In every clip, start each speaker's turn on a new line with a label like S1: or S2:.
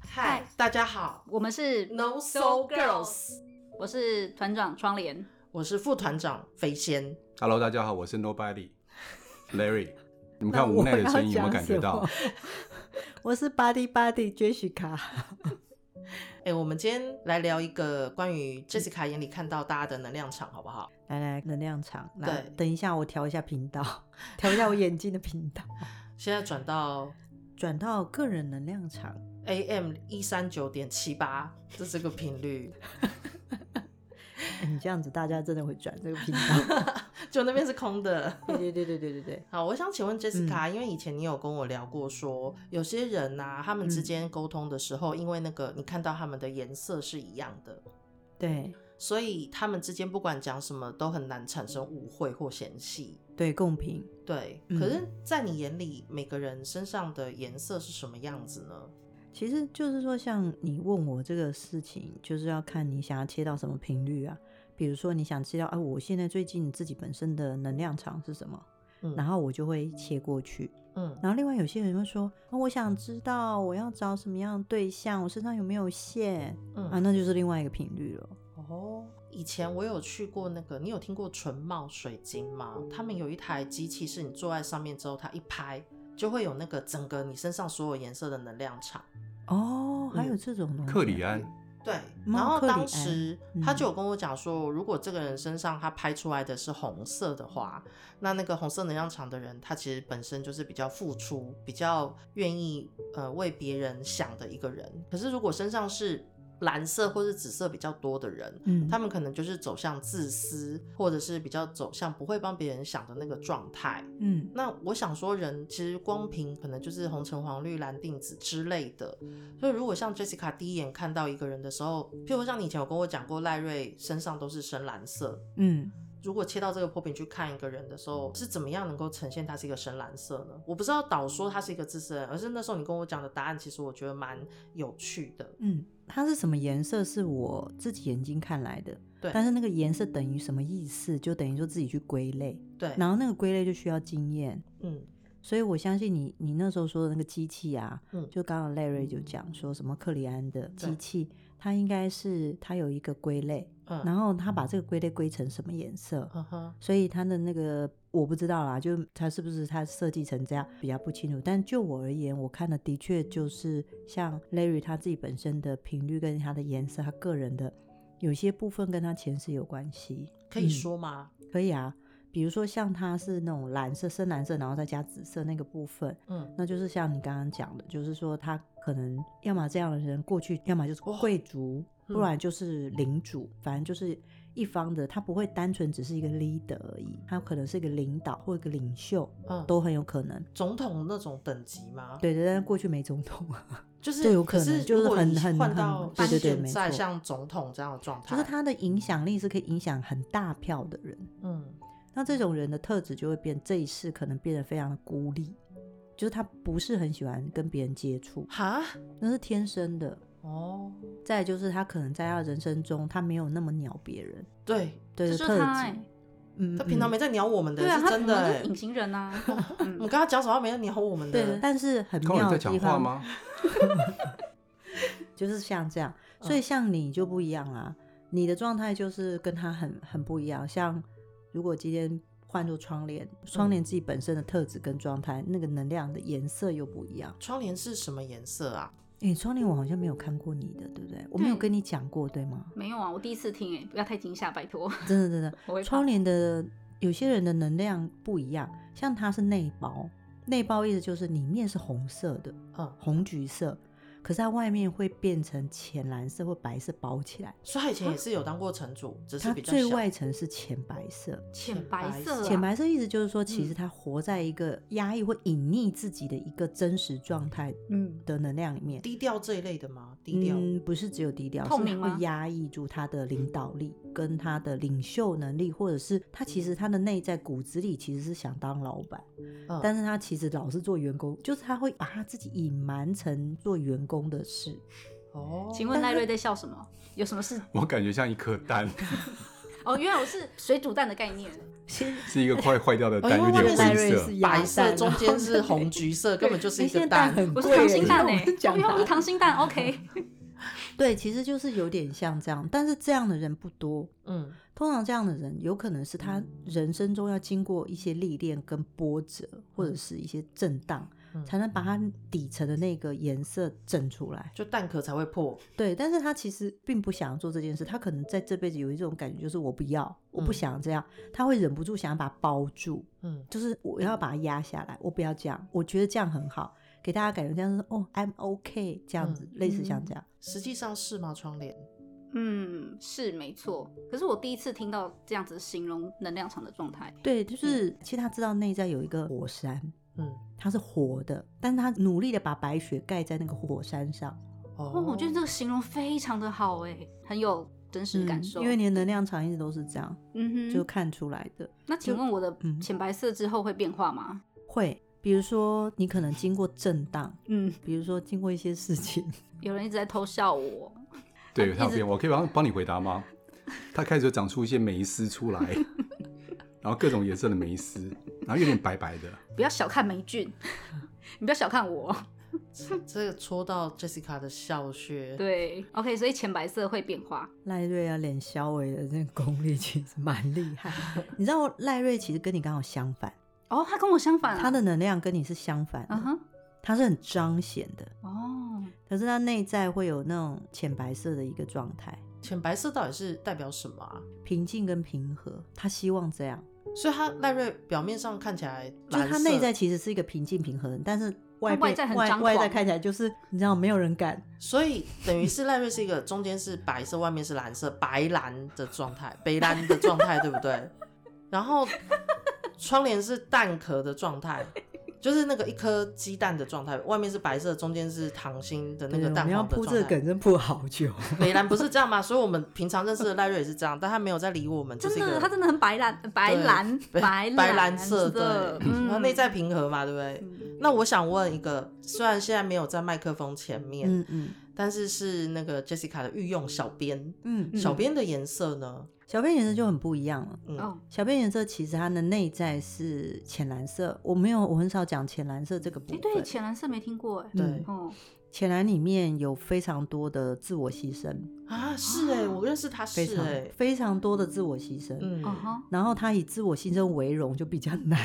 S1: 嗨，大家好
S2: 我们是，
S1: ，No Soul Girls，
S2: 我是团长窗帘，
S1: 我是副团长肥仙。
S3: Hello，大家好，我是 Nobody Larry。你们看无奈的声音有没有感觉到？
S4: 我是 Body Body Jessica，
S1: 哎、我们今天来聊一个关于 Jessica 眼里看到大家的能量场，好不好？
S4: 来来能量场，来
S1: 对
S4: 等一下我调一下频道， 调一下我眼睛的频道，
S1: 现在转到
S4: 转到个人能量场。
S1: AM 一三九点七八，这是个频率，
S4: 哎你这样子，大家真的会转这个频道。
S1: 就那边是空的。
S4: 对对对对对对对，
S1: 好，我想请问 Jessica，、因为以前你有跟我聊过说有些人呐、他们之
S4: 嗯
S1: 间沟通的时候，因为那个你看到他们的颜色是一样的，
S4: 对
S1: 所以他们之间不管讲什么都很难产生误会或嫌隙。
S4: 对，共频。
S1: 对，
S4: 嗯
S1: 可是，在你眼里，每个人身上的颜色是什么样子呢？
S4: 其实就是说，像你问我这个事情，就是要看你想要切到什么频率啊。比如说，你想知道啊，我现在最近自己本身的能量场是什么，
S1: 嗯
S4: 然后我就会切过去。
S1: 嗯
S4: 然后另外有些人会说，哦、我想知道我要找什么样的对象，我身上有没有线
S1: 嗯
S4: 啊，那就是另外一个频率了。
S1: 哦，以前我有去过那个，你有听过纯茂水晶吗？他们有一台机器，是你坐在上面之后，它一拍就会有那个整个你身上所有颜色的能量场。
S4: 哦，还有
S1: 嗯
S4: 这种东西啊。
S3: 克里安，
S1: 对，
S4: 猫
S1: 然后
S4: 克里
S1: 当
S4: 安
S1: 时
S4: 嗯
S1: 他就有跟我讲说，如果这个人身上他拍出来的是红色的话，那那个红色能量场的人，他其实本身就是比较付出、比较愿意呃为别人想的一个人。可是如果身上是蓝色或是紫色比较多的人，
S4: 嗯，
S1: 他们可能就是走向自私，或者是比较走向不会帮别人想的那个状态。
S4: 嗯
S1: 那我想说人，其实光凭可能就是红橙黄绿蓝靛紫之类的，所以如果像 Jessica 第一眼看到一个人的时候，譬如像你以前有跟我讲过，赖瑞身上都是深蓝色。
S4: 嗯，
S1: 如果切到这个破饼去看一个人的时候，是怎么样能够呈现他是一个深蓝色呢？我不知道导说他是一个自私人，而是那时候你跟我讲的答案，其实我觉得蛮有趣的。
S4: 嗯，它是什么颜色是我自己眼睛看来的，
S1: 对
S4: 但是那个颜色等于什么意思，就等于说自己去归类，
S1: 对，
S4: 然后那个归类就需要经验。
S1: 嗯
S4: 所以我相信你，你那时候说的那个机器啊，
S1: 嗯
S4: 就刚刚 Larry 就讲说什么克里安的
S1: 对
S4: 机器，它应该是它有一个归类，
S1: 嗯，
S4: 然后它把这个归类归成什么颜色，
S1: 嗯哼，
S4: 所以它的那个我不知道啦，就它是不是它设计成这样比较不清楚。但就我而言，我看的的确就是像 Larry 他自己本身的频率跟他的颜色，他个人的有些部分跟他前世有关系。
S1: 可以
S4: 嗯
S1: 说吗？
S4: 可以啊，比如说像它是那种蓝色、深蓝色，然后再加紫色那个部分，
S1: 嗯，
S4: 那就是像你刚刚讲的，就是说他可能要么这样的人过去，要么就是贵族，
S1: 嗯
S4: 不然就是领主，反正就是一方的，他不会单纯只是一个 leader 而已，他可能是一个领导或一个领袖，
S1: 嗯
S4: 都很有可能。
S1: 总统那种等级吗？
S4: 对对，但是过去没总统，啊
S1: 就是
S4: 这有可能
S1: 是
S4: 就是
S1: 如果
S4: 很
S1: 你
S4: 很
S1: 换
S4: 很
S1: 到
S4: 对对对
S1: 现
S4: 没
S1: 在
S4: 错
S1: 像总统这样的状态，
S4: 就是他的影响力是可以影响很大票的人。
S1: 嗯
S4: 那这种人的特质就会变，这一世可能变得非常的孤立，就是他不是很喜欢跟别人接触，
S1: 哈
S4: 那是天生的。
S1: 哦，
S4: 再来就是他可能在他的人生中，他没有那么鸟别人，
S1: 对
S4: 对
S2: 这
S4: 的
S2: 就是
S4: 特
S2: 他哎、
S4: 质。嗯
S1: 他平常
S4: 嗯
S1: 没在鸟我们的，
S2: 对啊，
S1: 是
S2: 他
S1: 真的、
S2: 可能就
S1: 欸
S2: 是。隐形人啊，
S1: 我
S2: 嗯
S1: 们，跟他讲什么，他没在鸟我们的。
S4: 对的，但是很
S3: 高人
S4: 妙
S3: 在
S4: 的
S3: 讲
S4: 地
S3: 话
S4: 方
S3: 吗？
S4: 就是像这样，所以像你就不一样啦、你的状态就是跟他很很不一样。像如果今天换做窗帘，窗帘自己本身的特质跟状态，那个能量的颜色又不一样。
S1: 窗帘是什么颜色啊？
S4: 诶，窗帘我好像没有看过你的，对不对？我没有
S2: 对
S4: 跟你讲过，对吗？
S2: 没有啊，我第一次听哎、不要太惊吓，拜托，
S4: 真的真的，
S2: 我会怕
S4: 窗帘的有些人的能量不一样，像它是内包，内包意思就是里面是红色的，呃
S1: 嗯，
S4: 红橘色，可是它外面会变成浅蓝色或白色包起来，
S1: 所以他以前也是有当过城主，只是
S4: 它
S1: 比较
S4: 最
S1: 小
S4: 外层是浅白色。
S2: 浅白色、啊，
S4: 浅白色意思就是说，其
S1: 嗯
S4: 实他活在一个压抑或隐匿自己的一个真实状态
S2: 嗯，
S4: 的能量里面。
S1: 低调这一类的吗？低调。
S4: 嗯，不是只有低调，
S2: 透
S4: 是
S2: 明
S4: 它
S2: 吗
S4: 会压抑住他的
S1: 嗯
S4: 领导力跟他的领袖能力，或者是他其实他的内在骨子里其实是想当老板，
S1: 嗯
S4: 但是他其实老是做员工，就是他会把他自己隐瞒成做员工的事。
S1: 哦，
S2: 请问赖瑞在笑什 么？有什么事？
S3: 我感觉像一颗蛋，
S2: 哦，原来我是水煮蛋的概念，
S4: 先
S3: 是一个快坏掉的
S1: 哎
S3: 蛋，
S1: 呦
S3: 有点
S1: 我以为
S4: 赖
S3: 灰
S4: 瑞
S3: 色
S4: 是。鸭
S1: 白色
S4: 蛋
S1: 中
S4: 然后
S1: 间是红橘色，根本就是一
S4: 现
S1: 个
S4: 在蛋很
S2: 我是
S4: 贵
S2: 溏心蛋
S4: 我
S2: 哎、
S4: 们
S2: 欸，
S4: 讲啊
S2: 我用
S4: 它
S2: 溏心蛋，OK，
S4: 对，其实就是有点像这样，但是这样的人不多。
S1: 嗯，
S4: 通常这样的人，有可能是他人生中要经过一些历练跟波折，或者是一些震荡，
S1: 嗯
S4: 才能把它底层的那个颜色整出来。
S1: 就蛋壳才会破。
S4: 对，但是他其实并不想要做这件事，他可能在这辈子有一种感觉，就是我不要，我不
S1: 嗯
S4: 想这样，他会忍不住想要把它包住，
S1: 嗯
S4: 就是我要把它压下来，我不要这样，我觉得这样很好，给大家感觉这样是哦，I'm OK 这样子，
S1: 嗯
S4: 类似像这样。
S1: 实际上是吗？窗帘？
S2: 嗯，是没错。可是我第一次听到这样子形容能量场的状态，
S4: 对，就是其实他知道内在有一个火山，
S1: 嗯，
S4: 它是活的，但是他努力的把白雪盖在那个火山上，
S1: 哦
S2: 哦，我觉得这个形容非常的好哎、很有真实感
S4: 嗯
S2: 受。
S4: 因为你的能量场一直都是这样，
S2: 嗯哼，
S4: 就看出来的。
S2: 那请问我的
S4: 嗯
S2: 浅白色之后会变化吗？
S4: 会，比如说你可能经过震荡，
S2: 嗯，
S4: 比如说经过一些事情。
S2: 有人一直在偷笑我，
S3: 对，它有
S2: 一直
S3: 变化。我可以帮帮你回答吗？它开始有长出一些梅丝出来，然后各种颜色的梅丝，然后有点白白的。
S2: 不要小看霉菌， 你不要小看我。
S1: 这这个戳到 Jessica 的笑穴。，
S2: 对，OK，所以浅白色会变化。
S4: 赖瑞啊，脸肖伟的那个功力其实蛮厉害。 你知道赖瑞其实跟你刚好相反，
S2: 哦，他跟我相反、啊，
S4: 他的能量跟你是相反
S2: 嗯
S4: 的，
S2: 哼，
S4: 他是很彰显的，
S2: 哦，
S4: 可是他内在会有那种浅白色的一个状态，
S1: 浅白色到底是代表什么啊？
S4: 平静跟平和。他希望这样，
S1: 所以他赖瑞表面上看起来
S4: 就
S1: 蓝
S4: 是
S1: 色，
S4: 他内在其实是一个平静平和的人，但是外
S2: 他外
S4: 边
S2: 在很
S4: 外
S2: 张
S4: 外在
S2: 狂
S4: 看起来就是你知道没有人敢，
S1: 所以等于是赖瑞是一个中间是白色，外面是蓝色，白蓝的状态，北蓝的状态，对不对？然后窗帘是蛋壳的状态，就是那个一颗鸡蛋的状态，外面是白色，中间是溏心的那
S4: 对
S1: 个
S4: 我
S1: 蛋
S4: 们要
S1: 黄的
S4: 铺这个
S1: 状态。
S4: 梗真铺好 久。
S1: 北蓝不是这样吗？所以我们平常认识的赖瑞也是这样，但他没有在理我们，就
S2: 真
S1: 是一
S4: 啊
S2: 的，
S1: 个
S2: 他真的很白蓝，白蓝，
S1: 白
S2: 白
S1: 白
S2: 蓝
S1: 蓝色的，
S2: 嗯，
S1: 然后内在平和嘛，对不对？
S2: 嗯
S1: 那我想问一个，虽然现在没有在麦克风前面，
S4: 嗯嗯
S1: 但是是那个 Jessica 的御用小编，
S4: 嗯，
S1: 小编的颜色呢？
S4: 小便颜色就很不一样了。
S1: 嗯，
S2: 哦，
S4: 小便颜色其实它的内在是浅蓝色，我没有，我很少讲浅蓝色这个部
S2: 哎，
S4: 分。嗯
S2: 对，浅蓝色没听过哎，
S1: 对
S2: 哦，
S4: 浅蓝里面有非常多的自我牺牲，
S1: 啊，是哎、我认识他是
S4: 非常
S1: 哎、
S4: 非常多的自我牺牲。
S1: 嗯，
S2: 哦哈，
S4: 然后它以自我牺牲为荣就比较难。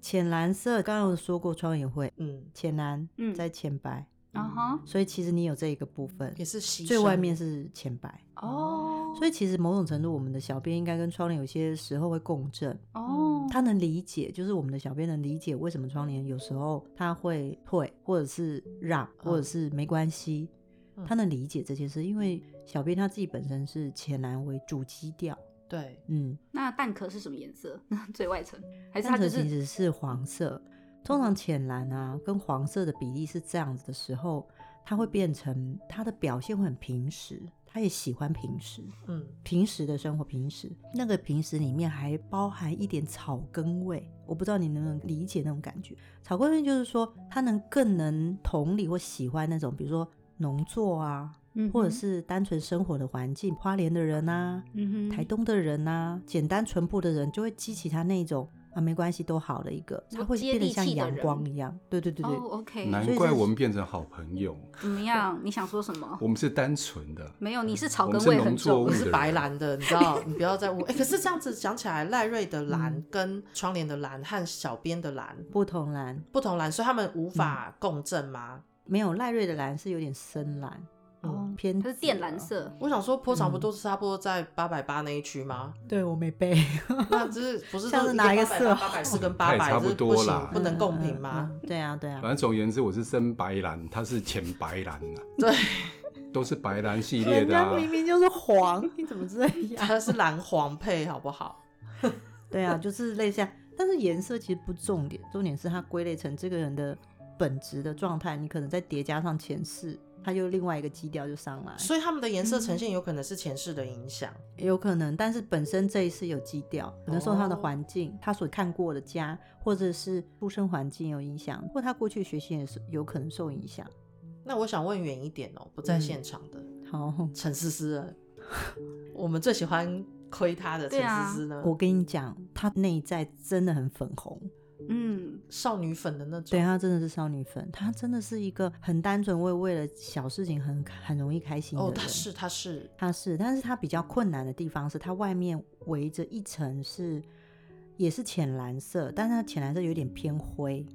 S4: 浅蓝色刚刚有说过，窗也会
S1: 嗯，
S4: 浅蓝，
S2: 嗯
S4: 再浅白，
S2: 哦哈，
S4: 所以其实你有这一个部分，
S1: 也是牺牲
S4: 最外面是浅白。
S2: 哦，
S4: 所以其实某种程度，我们的小编应该跟窗帘有些时候会共振，
S2: 哦，
S4: 他能理解，就是我们的小编能理解为什么窗帘有时候他会退，或者是让，或者是没关系，
S1: 嗯
S4: 他能理解这件事，因为小编他自己本身是浅蓝为主基调，
S1: 对，
S4: 嗯，
S2: 那蛋壳是什么颜色？ 最外层还是它
S4: 但
S2: 就是是
S4: 其实是黄色，通常浅蓝啊跟黄色的比例是这样子的时候，它会变成它的表现会很平实，他也喜欢平实，
S1: 嗯，
S4: 平时的生活，平时那个平时里面还包含一点草根味，我不知道你能不能理解那种感觉。草根味就是说，他能更能同理或喜欢那种，比如说农作啊，
S2: 嗯哼
S4: 或者是单纯生活的环境，花莲的人啊呐、
S2: 嗯哼
S4: 台东的人呐、简单淳朴的人，就会激起他那种啊没关系都好的一个，
S2: 有
S4: 他会
S2: 接
S4: 变得
S2: 地气
S4: 像
S2: 的
S4: 阳
S2: 人
S4: 光一样。对对对对，
S2: 哦，OK，
S3: 难
S4: 所以
S3: 怪
S4: 这
S3: 我们变成好朋友，
S2: 怎么样？你想说什么？
S3: 我们是单纯的。
S2: 没有，你是草
S3: 我
S2: 根
S3: 们是
S2: 味
S3: 农
S2: 很
S3: 作
S2: 重
S3: 物
S1: 我
S3: 的，啊
S1: 是白蓝的，你知道，你不要再误。哎、可是这样子想起来，赖瑞的蓝
S4: 嗯
S1: 跟窗帘的蓝和小编的蓝
S4: 不同蓝
S1: 不同蓝，所以他们无法共振吗？
S4: 没有赖瑞的蓝是有点深蓝，
S1: 嗯
S2: 哦，
S4: 偏
S2: 它是
S4: 紫
S2: 靛
S4: 啊
S2: 蓝色，
S1: 我想说，波长不都是差不多在八百八那一区吗？
S4: 对我没背。
S1: 那就是不是
S4: 像
S1: 都
S4: 是拿一个色
S1: 八百四跟八
S3: 它也
S1: 百
S3: 差不多
S1: 不行
S3: 啦，
S1: 不能共频
S4: 嘛？
S1: 吗？
S4: 嗯对啊，对啊
S3: 反。正总而言之，我是深白蓝，它是浅白蓝啊，
S1: 对，
S3: 都是白蓝系列
S4: 人
S3: 的
S4: 家
S3: 啊。
S4: 明明就是黄，你怎么这样？
S1: 它是蓝黄配，好不好？
S4: 对啊，就是类似这样，但是颜色其实不重点，重点是它归类成这个人的本质的状态。你可能再叠加上前世，它就另外一个基调就上来，
S1: 所以他们的颜色
S4: 嗯
S1: 呈现有可能是前世的影响。
S4: 有可能。但是本身这一世有基调，可能受他的
S1: 哦
S4: 环境、他所看过的家，或者是出生环境有影响，或他过去学习也是有可能受影响。
S1: 那我想问
S4: 嗯
S1: 远一点哦，不在现场的
S4: 好，
S1: 陈思思，我们最喜欢亏他的陈
S2: 对啊
S1: 思思呢？
S4: 我跟你讲，她内在真的很粉红，
S2: 嗯，
S1: 少女粉的那种，
S4: 对，她啊真的是少女粉，她真的是一个很单纯，为为了小事情很很容易开心的
S1: 哦，
S4: 人。
S1: 他是他是，
S4: 它是，但是它比较困难的地方是，它外面围着一层是也是浅蓝色，但是它浅蓝色有点偏灰。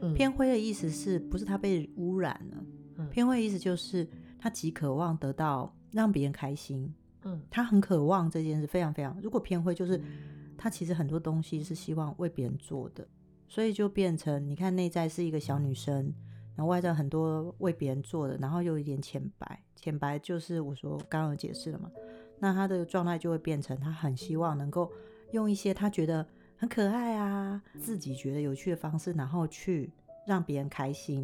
S1: 嗯
S4: 偏灰的意思是不是它被污染了？
S1: 嗯
S4: 偏灰的意思就是它极渴望得到让别人开心，
S1: 嗯
S4: 他很渴望这件事，非常非常。如果偏会，就是他其实很多东西是希望为别人做的，所以就变成你看内在是一个小女生，然后外在很多为别人做的，然后又有一点浅白。浅白就是我说刚刚有解释了嘛，那他的状态就会变成他很希望能够用一些他觉得很可爱啊，自己觉得有趣的方式，然后去让别人开心，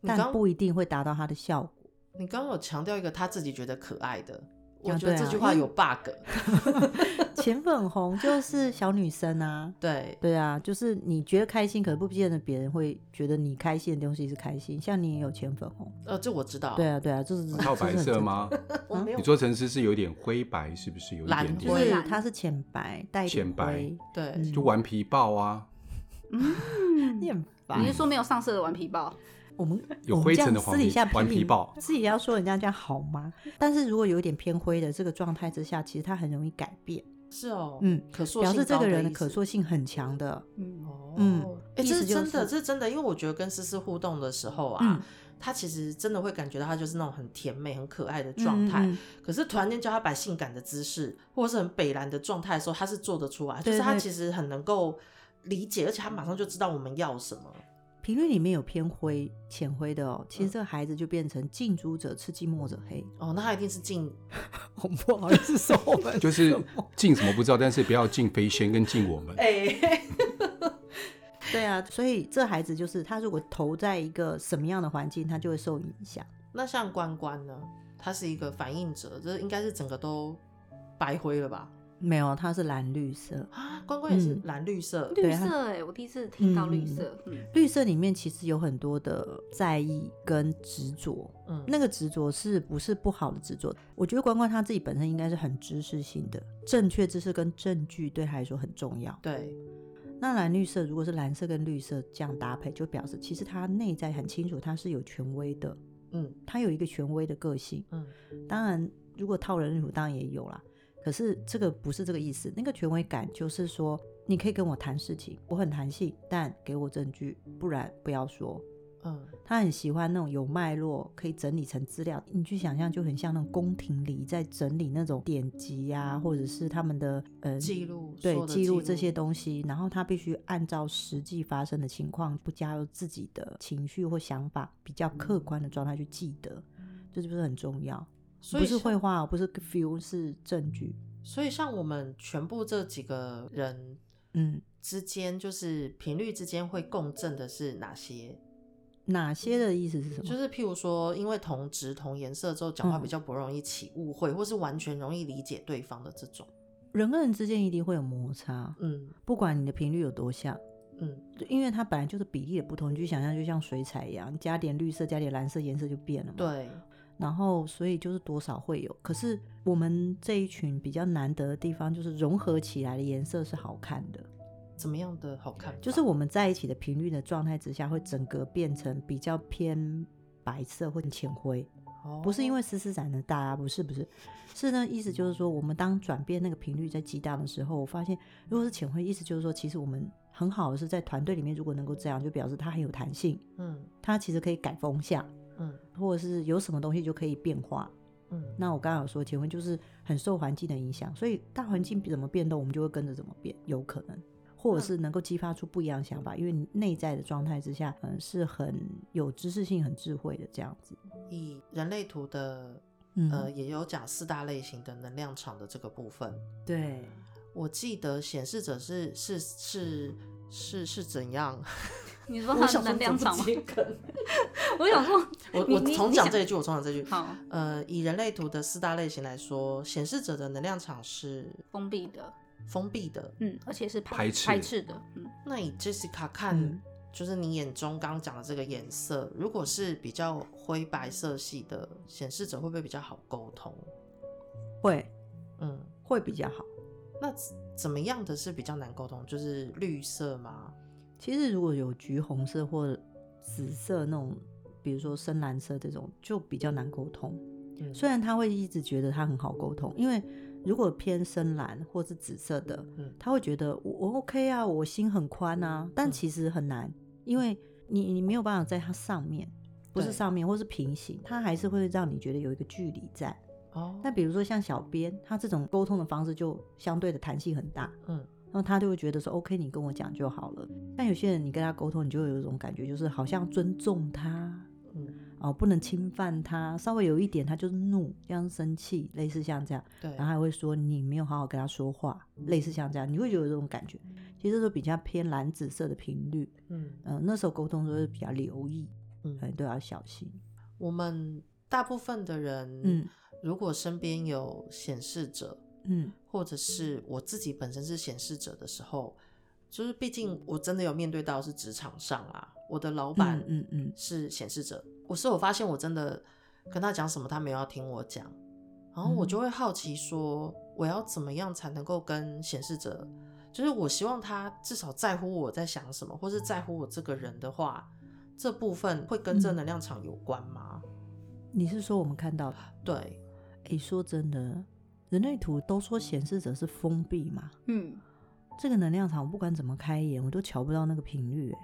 S1: 你
S4: 但
S1: 刚
S4: 不一定会达到他的效果。
S1: 你刚刚有强调一个他自己觉得可爱的，我
S4: 啊
S1: 觉得
S4: 对
S1: 这
S4: 啊
S1: 句话
S4: 因为
S1: 有 bug，
S4: 浅粉红就是小女生啊，
S1: 对，
S4: 对啊，就是你觉得开心，可不见得别人会觉得你开心的东西是开心。像你也有浅粉红，
S1: 呃，这我知道，
S4: 对，啊，嗯对啊，就是
S3: 它有哦白色？吗？
S1: 我没有
S3: 你，说陈思是有点灰白，是不是有一
S1: 蓝
S3: 点
S4: 这
S1: 灰
S4: 是
S3: 点？
S2: 对
S4: 很正常就是它是浅白，带一点
S3: 浅白
S4: 灰，
S1: 对，
S4: 嗯
S3: 就顽皮豹啊，
S4: 你很烦
S2: 你是说没有上色的顽皮豹？
S4: 我们
S3: 嗯有
S4: 我们
S3: 灰
S4: 这样
S3: 尘的黄
S4: 私底
S3: 皮
S4: 下批
S3: 顽
S4: 评
S3: 皮豹
S4: 私底下说人家这样好吗？但是如果有一点偏灰的这个状态之下，其实它很容易改变，
S1: 是哦，
S4: 嗯，
S1: 可塑
S4: 表示
S1: 性
S4: 这
S1: 高
S4: 个人的
S1: 意
S4: 可
S1: 思
S4: 塑性很强的。
S2: 嗯，
S1: 哦，
S4: 嗯
S1: 哎、
S4: 意
S1: 这是
S4: 思就
S1: 真的，
S4: 是
S1: 这是真的，因为我觉得跟思思互动的时候啊，
S4: 嗯
S1: 她其实真的会感觉到她就是那种很甜美、很可爱的状态。
S4: 嗯嗯
S1: 可是突然间叫她摆性感的姿势，或者是很北蓝的状态的时候，她是做得出来，
S4: 对
S1: 就是她
S4: 对
S1: 其实很能够理解，而且她马上就知道我们要什么。
S4: 频率里面有偏灰、浅灰的哦，其实这个孩子就变成近朱者赤，近墨者黑。
S1: 哦，那她一定是进
S4: 我不好意思说 我们
S3: 就是进什么不知道，但是不要进飞仙跟进我们。
S4: 嗯
S1: 哎、
S4: 对啊，所以这孩子就是他如果投在一个什么样的环境，他就会受影响。
S1: 那像关关呢，她是一个反应者，这应该是整个都白灰了吧？
S4: 没有，他是蓝绿色，
S1: 啊，关关也是
S4: 嗯
S1: 蓝绿色，
S4: 对
S2: 绿
S4: 它
S2: 色哎、我第一次听到绿
S4: 嗯
S2: 色，嗯，
S4: 绿色里面其实有很多的在意跟执着，
S1: 嗯，
S4: 那个执着是不是不好的执着？我觉得关关他自己本身应该是很知识性的，正确知识跟证据对他来说很重要。
S1: 对，
S4: 那蓝绿色如果是蓝色跟绿色这样搭配，就表示其实他内在很清楚，他是有权威的，
S1: 嗯
S4: 他有一个权威的个性。
S1: 嗯
S4: 当然，如果套人辱，当然也有啦。可是这个不是这个意思，那个权威感就是说，你可以跟我谈事情，我很弹性，但给我证据，不然不要说。
S1: 嗯，
S4: 他很喜欢那种有脉络，可以整理成资料。你去想象，就很像那种宫廷里在整理那种典籍呀、或者是他们的呃
S1: 记录所
S4: 对
S1: 有的
S4: 记录这些东西，然后他必须按照实际发生的情况，不加入自己的情绪或想法，比较客
S1: 嗯
S4: 观的状态去记得，这是不是很重要？
S1: 所以
S4: 不是
S1: 像
S4: 绘画哦，不是 feel，是证据。
S1: 所以，像我们全部这几个人
S4: 嗯，
S1: 之间，就是频率之间会共振的是哪些？
S4: 哪些的意思是什么？
S1: 就是譬如说，因为同值同颜色之后，讲话
S4: 嗯
S1: 比较不容易起误会，或是完全容易理解对方的这种。
S4: 人跟人之间一定会有摩擦，
S1: 嗯
S4: 不管你的频率有多像，
S1: 嗯，
S4: 因为它本来就是比例的不同。你去想象，就像水彩一样，你加点绿色，加点蓝色，颜色就变了嘛。。
S1: 对，
S4: 然后，所以就是多少会有。可是我们这一群比较难得的地方，就是融合起来的颜色是好看的，
S1: 怎么样的好看？
S4: 就是我们在一起的频率的状态之下，会整个变成比较偏白色或者浅灰。
S1: 哦
S4: 不是因为思思展的大啊，不是不是，是呢，意思就是说，我们当转变那个频率在极大的时候，我发现如果是浅灰，意思就是说，其实我们很好的是在团队里面，如果能够这样，就表示它很有弹性，
S1: 嗯
S4: 它其实可以改风向，
S1: 嗯
S4: 或者是有什么东西就可以变化。
S1: 嗯，
S4: 那我刚刚有说，浅灰就是很受环境的影响，所以大环境怎么变动，我们就会跟着怎么变，有可能。或者
S2: 嗯
S4: 是能够激发出不一样的想法，因为你内在的状态之下，嗯，是很有知识性、很智慧的这样子。
S1: 以人类图的
S4: 嗯，
S1: 呃，也有讲四大类型的能量场的这个部分。
S4: 对，
S1: 我记得显示者是是是是是怎样？
S2: 你说
S1: 我
S2: 它
S1: 想
S2: 的
S1: 说
S2: 呃能量
S1: 怎么
S2: 场吗？
S1: 接梗
S2: 我想说，
S1: 我
S2: 你
S1: 我
S2: 你
S1: 重
S2: 你
S1: 讲
S2: 想
S1: 这一句，我重讲这一句。
S2: 好
S1: 呃，以人类图的四大类型来说，显示者的能量场是
S2: 封闭的，
S1: 封闭的。
S2: 嗯，而且是
S3: 排
S2: 排
S3: 斥
S2: 排斥的，嗯，
S1: 那以 Jessica 看，
S4: 嗯
S1: 就是你眼中刚刚讲的这个颜色，如果是比较灰白色系的显示者，会不会比较好沟通？
S4: 会
S1: 嗯
S4: 会比较好。
S1: 那怎怎么样的是比较难沟通？就是绿色吗？
S4: 其实如果有橘红色或紫色那种，比如说深蓝色这种，就比较难沟通。
S1: 嗯
S4: 虽然他会一直觉得他很好沟通，因为如果偏深蓝或是紫色的，
S1: 嗯
S4: 他会觉得我我 OK 啊，我心很宽啊，但
S1: 嗯
S4: 其实很难，因为你你没有办法在它上面，不是
S1: 对
S4: 上面或是平行，它还是会让你觉得有一个距离在。
S1: 哦，
S4: 那比如说像小编，他这种沟通的方式就相对的弹性很大，
S1: 嗯，
S4: 然后他就会觉得说 OK，你跟我讲就好了。但有些人你跟他沟通，你就会有一种感觉，就是好像尊重他，
S1: 嗯，
S4: 哦，不能侵犯他，稍微有一点他就是怒，这样生气，类似像这样，
S1: 对，嗯
S4: 然后还会说你没有好好跟他说话，类似像这样，你会有这种感觉。其实都比较偏蓝紫色的频率，
S1: 嗯
S4: 嗯、那时候沟通的时候就比较留意，可
S1: 嗯，
S4: 能都要小心。
S1: 我们大部分的人，
S4: 嗯，
S1: 如果身边有显示者，
S4: 嗯，
S1: 或者是我自己本身是显示者的时候，就是毕竟我真的有面对到是职场上啊，我的老板
S4: 嗯嗯嗯
S1: 是显示者，我是有发现我真的跟他讲什么，他没有要听我讲，然后我就会好奇说，我要怎么样才能够跟显示者，就是我希望他至少在乎我在想什么，或是在乎我这个人的话，这部分会跟正能量场有关吗？
S4: 你是说我们看到的？
S1: 对，
S4: 诶，说真的，人类图都说显示者是封闭嘛，
S2: 嗯，
S4: 这个能量场我不管怎么开眼，我都瞧不到那个频率诶。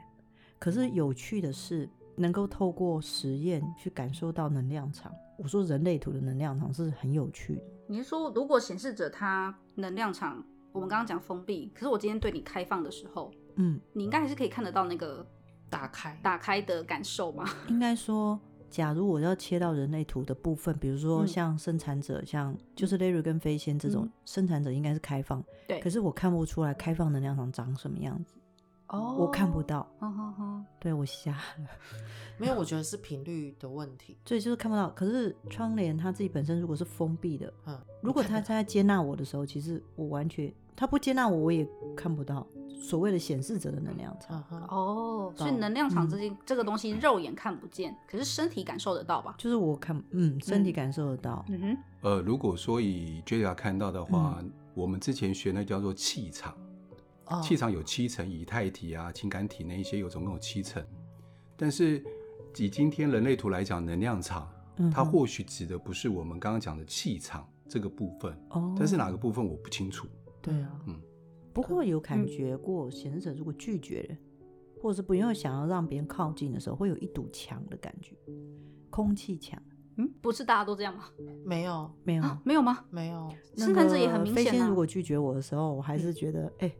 S4: 可
S2: 嗯
S4: 是有趣的是，能够透过实验去感受到能量场。我说人类图的能量场是很有趣的，
S2: 你是说如果显示者他能量场，我们刚刚讲封闭，可是我今天对你开放的时候，
S4: 嗯，
S2: 你应该还是可以看得到那个
S1: 打开，
S2: 打开的感受嘛？
S4: 应该说，假如我要切到人类图的部分，比如说
S2: 嗯
S4: 像生产者，像就是 Larry 跟飞仙这种、
S2: 嗯
S4: 生产者，应该是开放，
S2: 对
S4: 可是我看不出来开放能量场长什么样子，
S2: 哦
S4: 我看不。到，
S2: 哼哼哼，
S4: 对我瞎了。
S1: 没有，我觉得是频率的问题。
S4: 所以就是看不到。可是窗帘它自己本身如果是封闭的，
S1: 嗯，
S4: 如果他
S1: 你看
S4: 在接纳我的时候，其实我完全他不接纳我，我也看不到所谓的显示者的能量
S1: 到，
S4: 场
S1: 嗯。哼，
S2: 哦，所以能量
S4: 嗯
S2: 场这些、这个东西肉眼看不见，可是身体感受得到吧？
S4: 就是我看，嗯，身
S2: 嗯
S4: 体感受得到，
S2: 嗯哼，
S3: 呃，如果说以 Jada 看到的话，
S4: 嗯
S3: 我们之前学那叫做气场，
S1: 哦
S3: 气场有七层，以太体啊、情感体那一些有总共有七层。但是以今天人类图来讲，能量场
S4: 嗯哼，
S3: 它或许指的不是我们刚刚讲的气场这个部分，
S4: 哦，
S3: 但是哪个部分我不清楚。
S1: 对啊，
S4: 不过有感觉过显示者如果拒绝了，或者是不用想要让别人靠近的时候，会有一堵墙的感觉，空气墙
S2: 嗯，不是大家都这样吗？
S1: 没有，
S4: 没有。
S2: 啊，没有吗？
S1: 没有，
S4: 那
S2: 生产者也很
S4: 个
S2: 明
S4: 飞
S2: 显
S4: 仙
S2: 啊
S4: 如果拒绝我的时候，我还是觉得哎、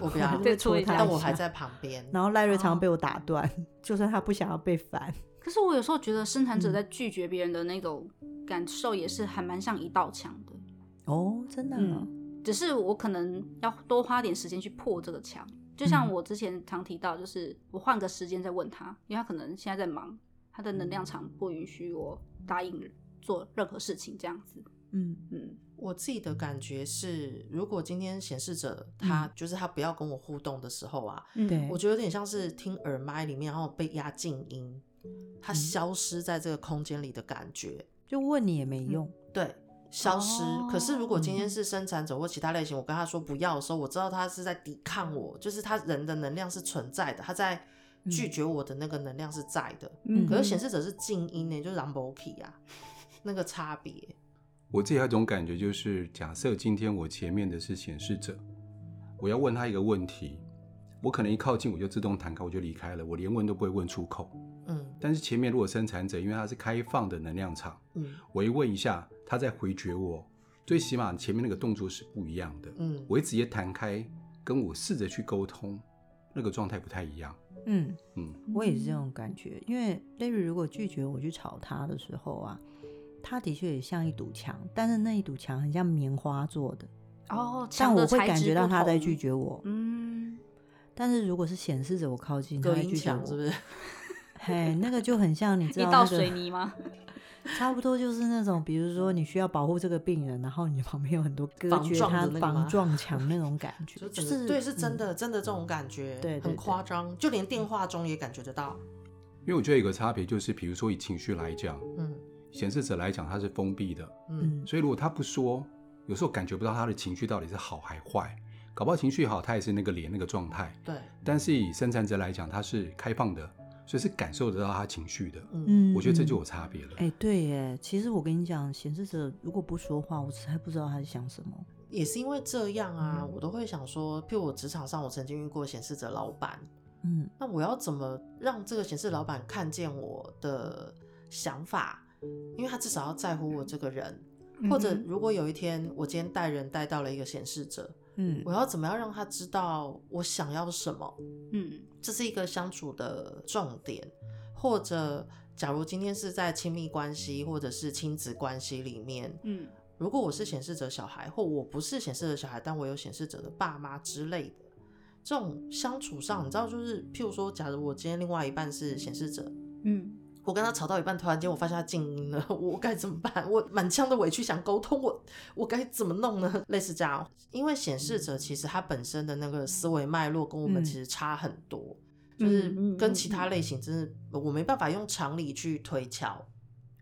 S1: 我不
S4: 我还
S1: 要
S4: 是，
S2: 对
S4: 会
S2: 戳
S4: 戳
S2: 一下
S4: 他
S1: 啊但
S4: 一
S1: 我还
S4: 下
S1: 在旁边。
S4: 然后赖瑞常
S2: 哦
S4: 常被我打断，就算他不想要被烦。
S2: 可是我有时候觉得生产者
S4: 嗯
S2: 在拒绝别人的那种感受，也是还蛮像一道墙的。嗯
S4: 哦，真的、啊
S2: 只是我可能要多花点时间去破这个墙。就
S4: 嗯
S2: 像我之前常提到，就是我换个时间再问他，因为他可能现在在忙，他的能量场不允许我答应做任何事情这样子。
S4: 嗯
S2: 嗯，
S1: 我自己的感觉是，如果今天显示者他、就是他不要跟我互动的时候啊，
S2: 嗯
S4: 对
S1: 我觉得有点像是听耳麦里面，然后被压静音，他
S2: 嗯
S1: 消失在这个空间里的感觉。
S4: 就问你也没用。
S1: 对。消失。
S2: 哦
S1: 可是，如果今天是生产者或其他类型，我跟他说不要的时候，我知道他是在抵抗我，就是他人的能量是存在的，他在
S2: 嗯
S1: 拒绝我的那个能量是在的。
S4: 嗯
S1: 可是显示者是静音呢，就是 r a m b o k i 啊，那个差别。
S3: 我自己有一种感觉，就是假设今天我前面的是显示者，我要问他一个问题，我可能一靠近我就自动弹开，我就离开了，我连问都不会问出口。
S1: 嗯
S3: 但是前面如果生产者，因为他是开放的能量场，
S1: 嗯
S3: 我一问一下，他再回绝我，最起码前面那个动作是不一样的。
S1: 嗯，
S3: 我会直接弹开，跟我试着去沟通，那个状态不太一样。
S4: 嗯，
S3: 嗯，
S4: 我也是这种感觉，因为 Larry 如果拒绝我去吵他的时候啊，他的确也像一堵墙，但是那一堵墙很像棉花做的，
S2: 哦，
S4: 嗯但
S2: 墙
S4: 我
S2: 的
S4: 会
S2: 材
S4: 感
S2: 质
S4: 觉到
S2: 不
S4: 他在
S2: 同
S4: 拒。绝我。
S2: 嗯，
S4: 但是如果是显示着我靠近，他
S1: 隔
S4: 会
S1: 音
S4: 拒绝我
S1: 墙是不？是？
S4: 嘿，那个就很像你知
S2: 一
S4: 道、那
S2: 道
S4: 个
S2: 水泥吗？
S4: 差不多就是那种，比如说你需要保护这个病人，然后你旁边有很多隔
S1: 防
S4: 绝
S1: 撞的
S4: 他
S1: 那个吗
S4: 防撞墙那种感 觉，
S1: 就
S4: 就
S1: 整个
S4: 是
S1: 对，是真
S4: 嗯
S1: 的，真的这种感觉，
S4: 对对
S1: 很
S4: 对
S1: 夸张，就连电话中也感觉得到。
S3: 因为我觉得有个差别就是，比如说以情绪来讲，
S1: 嗯
S3: 显示者来讲他是封闭的，
S1: 嗯
S4: 嗯
S3: 所以如果他不说，有时候感觉不到他的情绪到底是好还坏，搞不好情绪好，他也是那个脸那个状态。
S1: 对，
S3: 但是以生产者来讲，他是开放的，所以是感受得到他情绪的。
S1: 嗯，
S4: 嗯，
S3: 我觉得这
S4: 嗯
S3: 就有差别了。
S4: 哎、对耶，其实我跟你讲，显示者如果不说话，我实在不知道他在想什么。
S1: 也是因为这样
S4: 嗯
S1: 啊，我都会想说，譬如我职场上我曾经遇过显示者老板，
S4: 嗯，
S1: 那我要怎么让这个显示老板看见我的想法？因为他至少要在乎我这个人，
S4: 嗯
S1: 或者如果有一天我今天带人带到了一个显示者，
S4: 嗯
S1: 我要怎么样让他知道我想要什么？
S2: 嗯
S1: 这是一个相处的重点，或者假如今天是在亲密关系或者是亲子关系里面，
S2: 嗯
S1: 如果我是显示者小孩，或我不是显示者小孩，但我有显示者的爸妈之类的，这种相处上，你知道，就是譬如说，假如我今天另外一半是显示者，
S2: 嗯
S1: 我跟他吵到一半，突然间我发现他静音了， 我该怎么办？我满腔的委屈想沟通，我我该怎么弄呢？ 类似这样，因为显示者其实他本身的那个思维脉络跟我们
S4: 嗯
S1: 其实差很多，就是跟其他
S2: 嗯嗯嗯
S1: 类型真是我没办法用常理去推敲。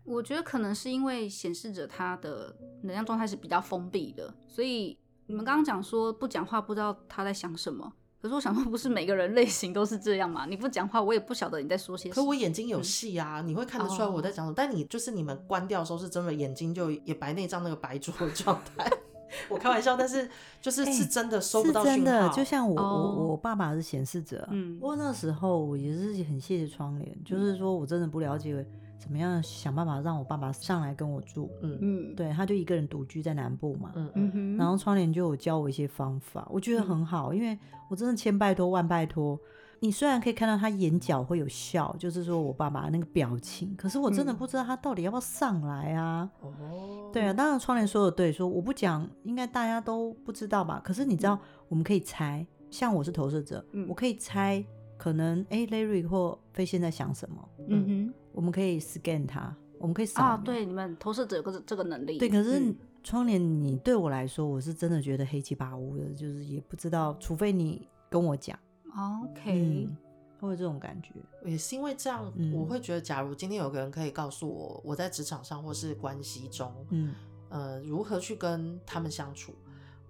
S2: 我觉得可能是因为显示者他的能量状态是比较封闭的，所以你们刚刚讲说不讲话不知道他在想什么，可是我想说不是每个人类型都是这样嘛，你不讲话我也不晓得你在说些什
S1: 可
S2: 么。
S1: 我眼睛
S4: 嗯
S1: 有戏啊，你会看得出来我
S4: 哦
S1: 在讲什么。但你就是你们关掉的时候，是真的眼睛就也白内障那个白浊的状态。 我开玩笑，但是就是是
S4: 哎
S1: 真的收不
S4: 是
S1: 到
S4: 真
S1: 讯
S4: 的，
S1: 号，嗯
S4: 就像我、
S2: 哦
S4: 我我爸爸是显示者，
S2: 嗯
S4: 不过那时候我也是很谢谢窗帘，就是说我真的不了解怎么样想办法让我爸爸上来跟我住。
S1: 嗯
S2: 嗯
S4: 对，他就一个人独居在南部嘛，
S1: 嗯
S2: 嗯
S1: 嗯，
S2: 哼，
S4: 然后窗帘就有教我一些方法，我觉得很好，因为我真的千拜托万拜托。你虽然可以看到他眼角会有笑，就是说我爸爸那个表情，可是我真的
S2: 嗯
S4: 不知道他到底要不要上来啊。
S1: 哦，
S4: 对啊，当然窗帘说的对，说我不讲，应该大家都不知道吧？可是你知道，我们可以猜，像我是投射者，
S2: 嗯
S4: 我可以猜，可能哎，Larry 或飞现在想什么，
S2: 嗯
S4: 我们可以 scan 他，我们可以
S2: 哼
S4: 扫
S2: 啊，
S4: 描
S2: 对，你们投射者有个这个能力。
S4: 对，可是
S2: 嗯
S4: 你窗帘，你对我来说，我是真的觉得黑漆八乌的，就是也不知道，除非你跟我讲，
S2: 哦 OK，
S4: 嗯，会有这种感觉，
S1: 也是因为这样，
S4: 嗯
S1: 我会觉得，假如今天有个人可以告诉我，我在职场上或是关系中，
S4: 嗯
S1: 呃，如何去跟他们相处，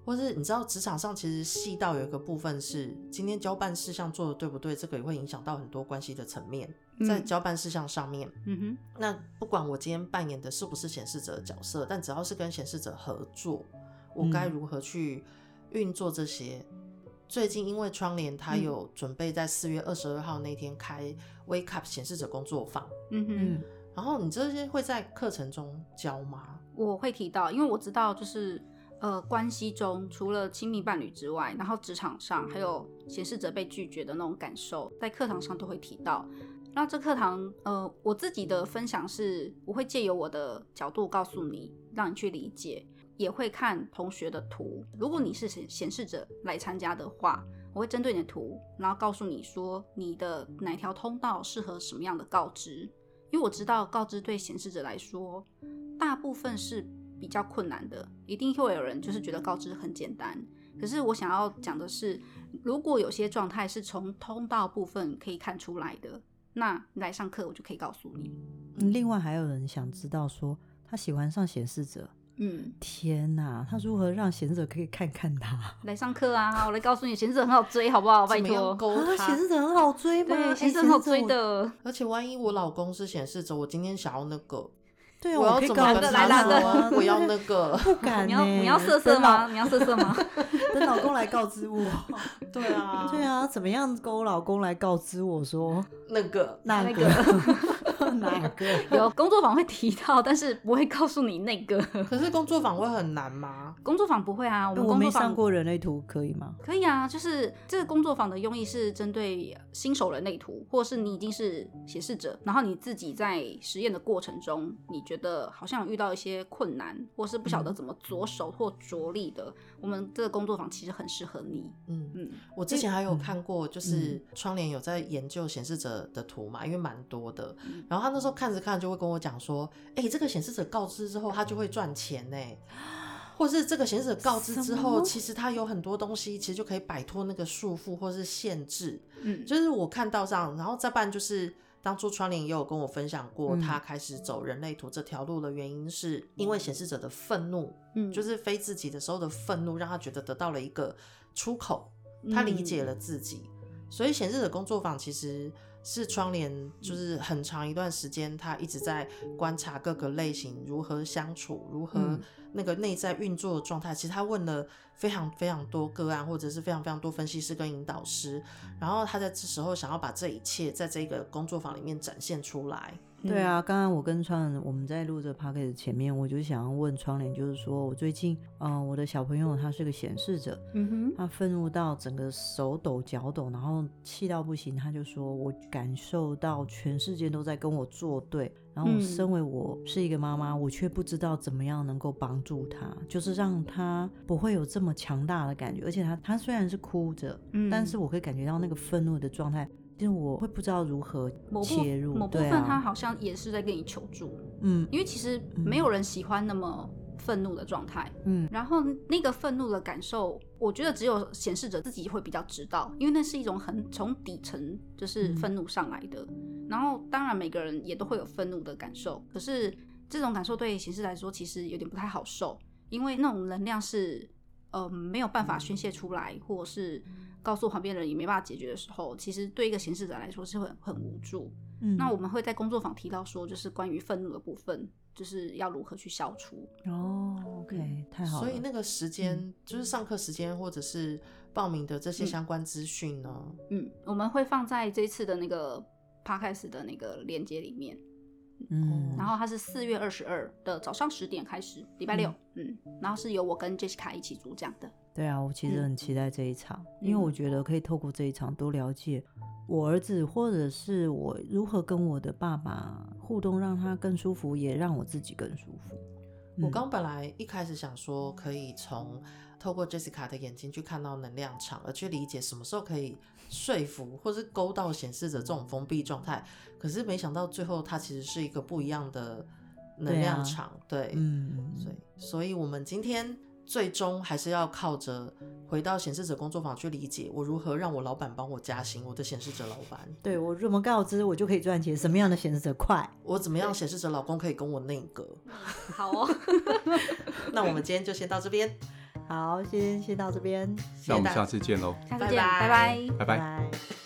S1: 或是你知道，职场上其实细到有一个部分是，今天交办事项做的对不对，这个也会影响到很多关系的层面，在
S2: 嗯
S1: 交办事项上面。
S2: 嗯哼，
S1: 那不管我今天扮演的是不是显示者的角色，但只要是跟显示者合作，我该
S4: 嗯
S1: 如何去运作这些？最近因为窗帘，他
S2: 嗯
S1: 有准备在四月二十二号那天开 Wake Up 显示者工作坊，
S2: 嗯哼。
S4: 嗯
S1: 然后你这些会在课程中教吗？
S2: 我会提到，因为我知道就是呃，关系中除了亲密伴侣之外，然后职场上还有显示者被拒绝的那种感受，在课堂上都会提到。那这课堂，呃，我自己的分享是，我会借由我的角度告诉你，让你去理解，也会看同学的图。如果你是显显示者来参加的话，我会针对你的图，然后告诉你说你的哪条通道适合什么样的告知，因为我知道告知对显示者来说，大部分是比较困难的，一定会有人就是觉得告知很简单。可是我想要讲的是，如果有些状态是从通道部分可以看出来的，那你来上课我就可以告诉你。
S4: 嗯。另外还有人想知道说，他喜欢上显示者，
S2: 嗯，
S4: 天哪，他如何让显示者可以看看他？
S2: 来上课啊！我来告诉你，显示者很好追，好不好？拜
S1: 怎么样
S2: 托。
S1: 勾
S4: 啊，
S1: 他
S4: 显？示者很好追吗？
S2: 哦对，
S4: 哎
S2: 显示者很好追。
S4: 我
S2: 的。
S1: 而且万一我老公是显示者，我今天想要那个，
S4: 对啊，
S1: 我要
S4: 可以
S1: 怎
S4: 告
S1: 么
S4: 诉
S2: 跟
S4: 他
S2: 他
S4: 啊
S2: 说
S4: 对不
S1: 我要
S4: 对
S1: 那个
S4: 不敢
S2: 你要
S4: 呢
S2: 你要色色
S4: 等老
S2: 吗？你要色色吗？
S4: 等老公来告 知我。
S1: 对啊
S4: 对，啊，怎么样勾老公来告知我说
S1: 那个
S4: 那
S2: 那
S4: 个 哪个？
S2: 有工作坊会提到，但是不会告诉你那个。
S1: 可是工作坊会很难吗？
S2: 工作坊不会啊，我们
S4: 我
S2: 工
S4: 没
S2: 作
S4: 上
S2: 坊
S4: 过人类图，可以吗？
S2: 可以啊，就是这个工作坊的用意是针对新手人类图，或者是你已经是显示者，然后你自己在实验的过程中，你觉得好像有遇到一些困难，或是不晓得
S4: 嗯
S2: 怎么着手或着力的，我们这个工作坊其实很适合你。
S1: 嗯。
S2: 嗯
S1: 我之前还有
S4: 嗯
S1: 看过，就是窗帘有在研究显示者的图嘛，因为蛮多的
S2: 嗯。
S1: 然后他那时候看着看着就会跟我讲说：“哎、这个显示者告知之后，他就会赚钱呢、或是这个显示者告知之
S4: 嗯什
S1: 后，
S4: 么
S1: 其实他有很多东西，其实就可以摆脱那个束缚或是限制。
S2: 嗯，
S1: 就是我看到这样，然后再办就是当初川林也有跟我分享过，
S4: 嗯
S1: 他开始走人类图这条路的原因，是因为显示者的愤怒，
S2: 嗯，
S1: 就是非自己的时候的愤怒，让他觉得得到了一个出口，他理解了自己。所以显示者工作坊其实是窗帘，就是很长一段时间，他一直在观察各个类型如何相处，如何
S4: 嗯
S1: 那个内在运作的状态。其实他问了非常非常多个案，或者是非常非常多分析师跟引导师，然后他在这时候想要把这一切在这个工作坊里面展现出来。
S4: 对啊，刚刚我跟川人我们在录这 p o c a s t 前面，我就想要问窗帘，就是说我最近，嗯、我的小朋友他是个显示者，
S2: 嗯哼，
S4: 他愤怒到整个手抖脚抖，然后气到不行，他就说：“我感受到全世界都在跟我作对，然后我
S2: 嗯
S4: 身为我是一个妈妈，我却不知道怎么样能够帮助他，就是让他不会有这么强大的感觉。而且他他虽然是哭着，
S2: 嗯
S4: 但是我可以感觉到那个愤怒的状态，就是我会不知道如何
S2: 某部
S4: 切入，
S2: 某部
S4: 对
S2: 分他
S4: 啊，
S2: 好像也是在跟你求助，
S4: 嗯
S2: 因为其实没有人喜欢那么愤怒的状态。
S4: 嗯，
S2: 然后那个愤怒的感受，我觉得只有显示者自己会比较知道，因为那是一种很从底层就是愤怒上来的。
S4: 嗯
S2: 然后当然每个人也都会有愤怒的感受，可是这种感受对显示来说其实有点不太好受，因为那种能量是呃没有办法宣泄出来，或者是告诉旁边人也没办法解决的时候，其实对一个显示者来说是很很无助。
S4: 嗯，
S2: 那我们会在工作坊提到说，就是关于愤怒的部分，就是要如何去消除。
S4: 哦，OK，太好了，
S1: 所
S4: 嗯
S1: 以那哦个时间、就是上课时间，或者是报名的这些
S2: 嗯
S1: 相关资讯呢？
S2: 嗯，我们会放在这一次的那个 podcast 的那个链接里面。
S4: 嗯，
S2: 然后它是四月二十二的早上十点开始，礼拜六。嗯然后是由我跟 Jessica 一起主讲的。
S4: 对啊，我其实
S2: 嗯
S4: 很期待这一场，因为我
S2: 嗯
S4: 觉得可以透过这一场多了解我儿子，或者是我如何跟我的爸爸互动，让他更舒服，也让我自己更舒服。
S1: 我
S4: 嗯
S1: 刚本来一开始想说，可以从透过 Jessica 的眼睛去看到能量场，而去理解什么时候可以说服或是勾到显示着这种封闭状态。可是没想到最后它其实是一个不一样的能量场，对,、
S4: 啊嗯，
S1: 所以所以我们今天最终还是要靠着回到显示者工作坊去理解，我如何让我老板帮我加薪，我的显示者老板，
S4: 对我怎么告知我就可以赚钱？什么样的显示者快？
S1: 我怎么样显示者老公可以跟我内阁。
S2: 好哦，
S1: 那我们今天就先到这边，
S4: 好，先先到这边，
S1: 谢
S3: 那
S1: 谢
S3: 我们
S1: 大
S3: 下
S1: 家。
S3: 次见喽，
S2: 下
S1: 拜
S2: 次见，
S1: 拜
S2: 拜拜
S3: 拜拜。
S4: 拜